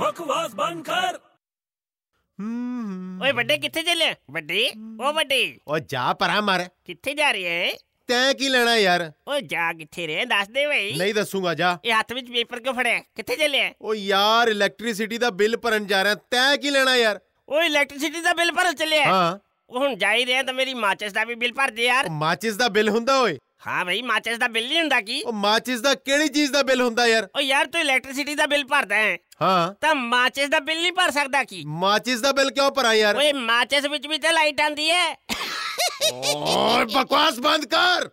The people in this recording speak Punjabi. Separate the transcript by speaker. Speaker 1: ਬਕਵਾਸ ਬੰਦ ਕਰ
Speaker 2: ਓਏ ਵੱਡੇ ਕਿੱਥੇ ਚੱਲੇ ਵੱਡੇ ਓ ਵੱਡੇ
Speaker 3: ਓ ਜਾ ਪਰਾਂ ਮਰ
Speaker 2: ਕਿੱਥੇ ਜਾ ਰਹੇ ਹੈ
Speaker 3: ਤੈਂ ਕੀ ਲੈਣਾ ਯਾਰ
Speaker 2: ਓ ਜਾ ਕਿੱਥੇ ਰਹੇ ਦੱਸ ਦੇ ਬਈ
Speaker 3: ਨਹੀਂ ਦੱਸੂਗਾ ਜਾ
Speaker 2: ਇਹ ਹੱਥ ਵਿੱਚ ਪੇਪਰ ਕਿਉਂ ਫੜਿਆ ਕਿੱਥੇ ਚੱਲੇ
Speaker 3: ਓ ਯਾਰ ਇਲੈਕਟ੍ਰਿਸਿਟੀ ਦਾ ਬਿੱਲ ਭਰਨ ਜਾ ਰਿਹਾ ਤੈਂ ਕੀ ਲੈਣਾ ਯਾਰ
Speaker 2: ਓ ਇਲੈਕਟ੍ਰਿਸਿਟੀ ਦਾ ਬਿੱਲ ਭਰਨ ਚੱਲੇ
Speaker 3: ਹਾਂ
Speaker 2: ਉਹ ਹੁਣ ਜਾ ਹੀ ਰਿਹਾ ਤਾਂ ਮੇਰੀ ਮਾਚਿਸ ਦਾ ਵੀ ਬਿੱਲ ਭਰ ਦੇ ਯਾਰ
Speaker 3: ਉਹ ਮਾਚਿਸ ਦਾ ਬਿੱਲ ਹੁੰਦਾ ਓਏ
Speaker 2: ਹਾਂ ਬਈ ਮਾਚਿਸ ਦਾ ਬਿੱਲ ਨਹੀਂ ਹੁੰਦਾ ਕੀ
Speaker 3: ਉਹ ਮਾਚਿਸ ਦਾ ਕਿਹੜੀ ਚੀਜ਼ ਦਾ ਬਿੱਲ ਹੁੰਦਾ ਯਾਰ
Speaker 2: ਓ ਯਾਰ ਤੂੰ ਇਲੈਕਟ੍ਰਿਸਿਟੀ ਦਾ ਬਿੱਲ ਭਰਦਾ ਹੈ
Speaker 3: ਹਾਂ
Speaker 2: ਤਾਂ ਮਾਚਿਸ ਦਾ ਬਿੱਲ ਨਹੀਂ ਭਰ ਸਕਦਾ ਕੀ
Speaker 3: ਮਾਚਿਸ ਦਾ ਬਿੱਲ ਕਿਉਂ ਭਰਾਂ ਯਾਰ
Speaker 2: ਓਏ ਮਾਚਿਸ ਵਿੱਚ ਵੀ ਤਾਂ ਲਾਈਟ ਆਂਦੀ ਹੈ
Speaker 3: ਓਏ ਬਕਵਾਸ ਬੰਦ ਕਰ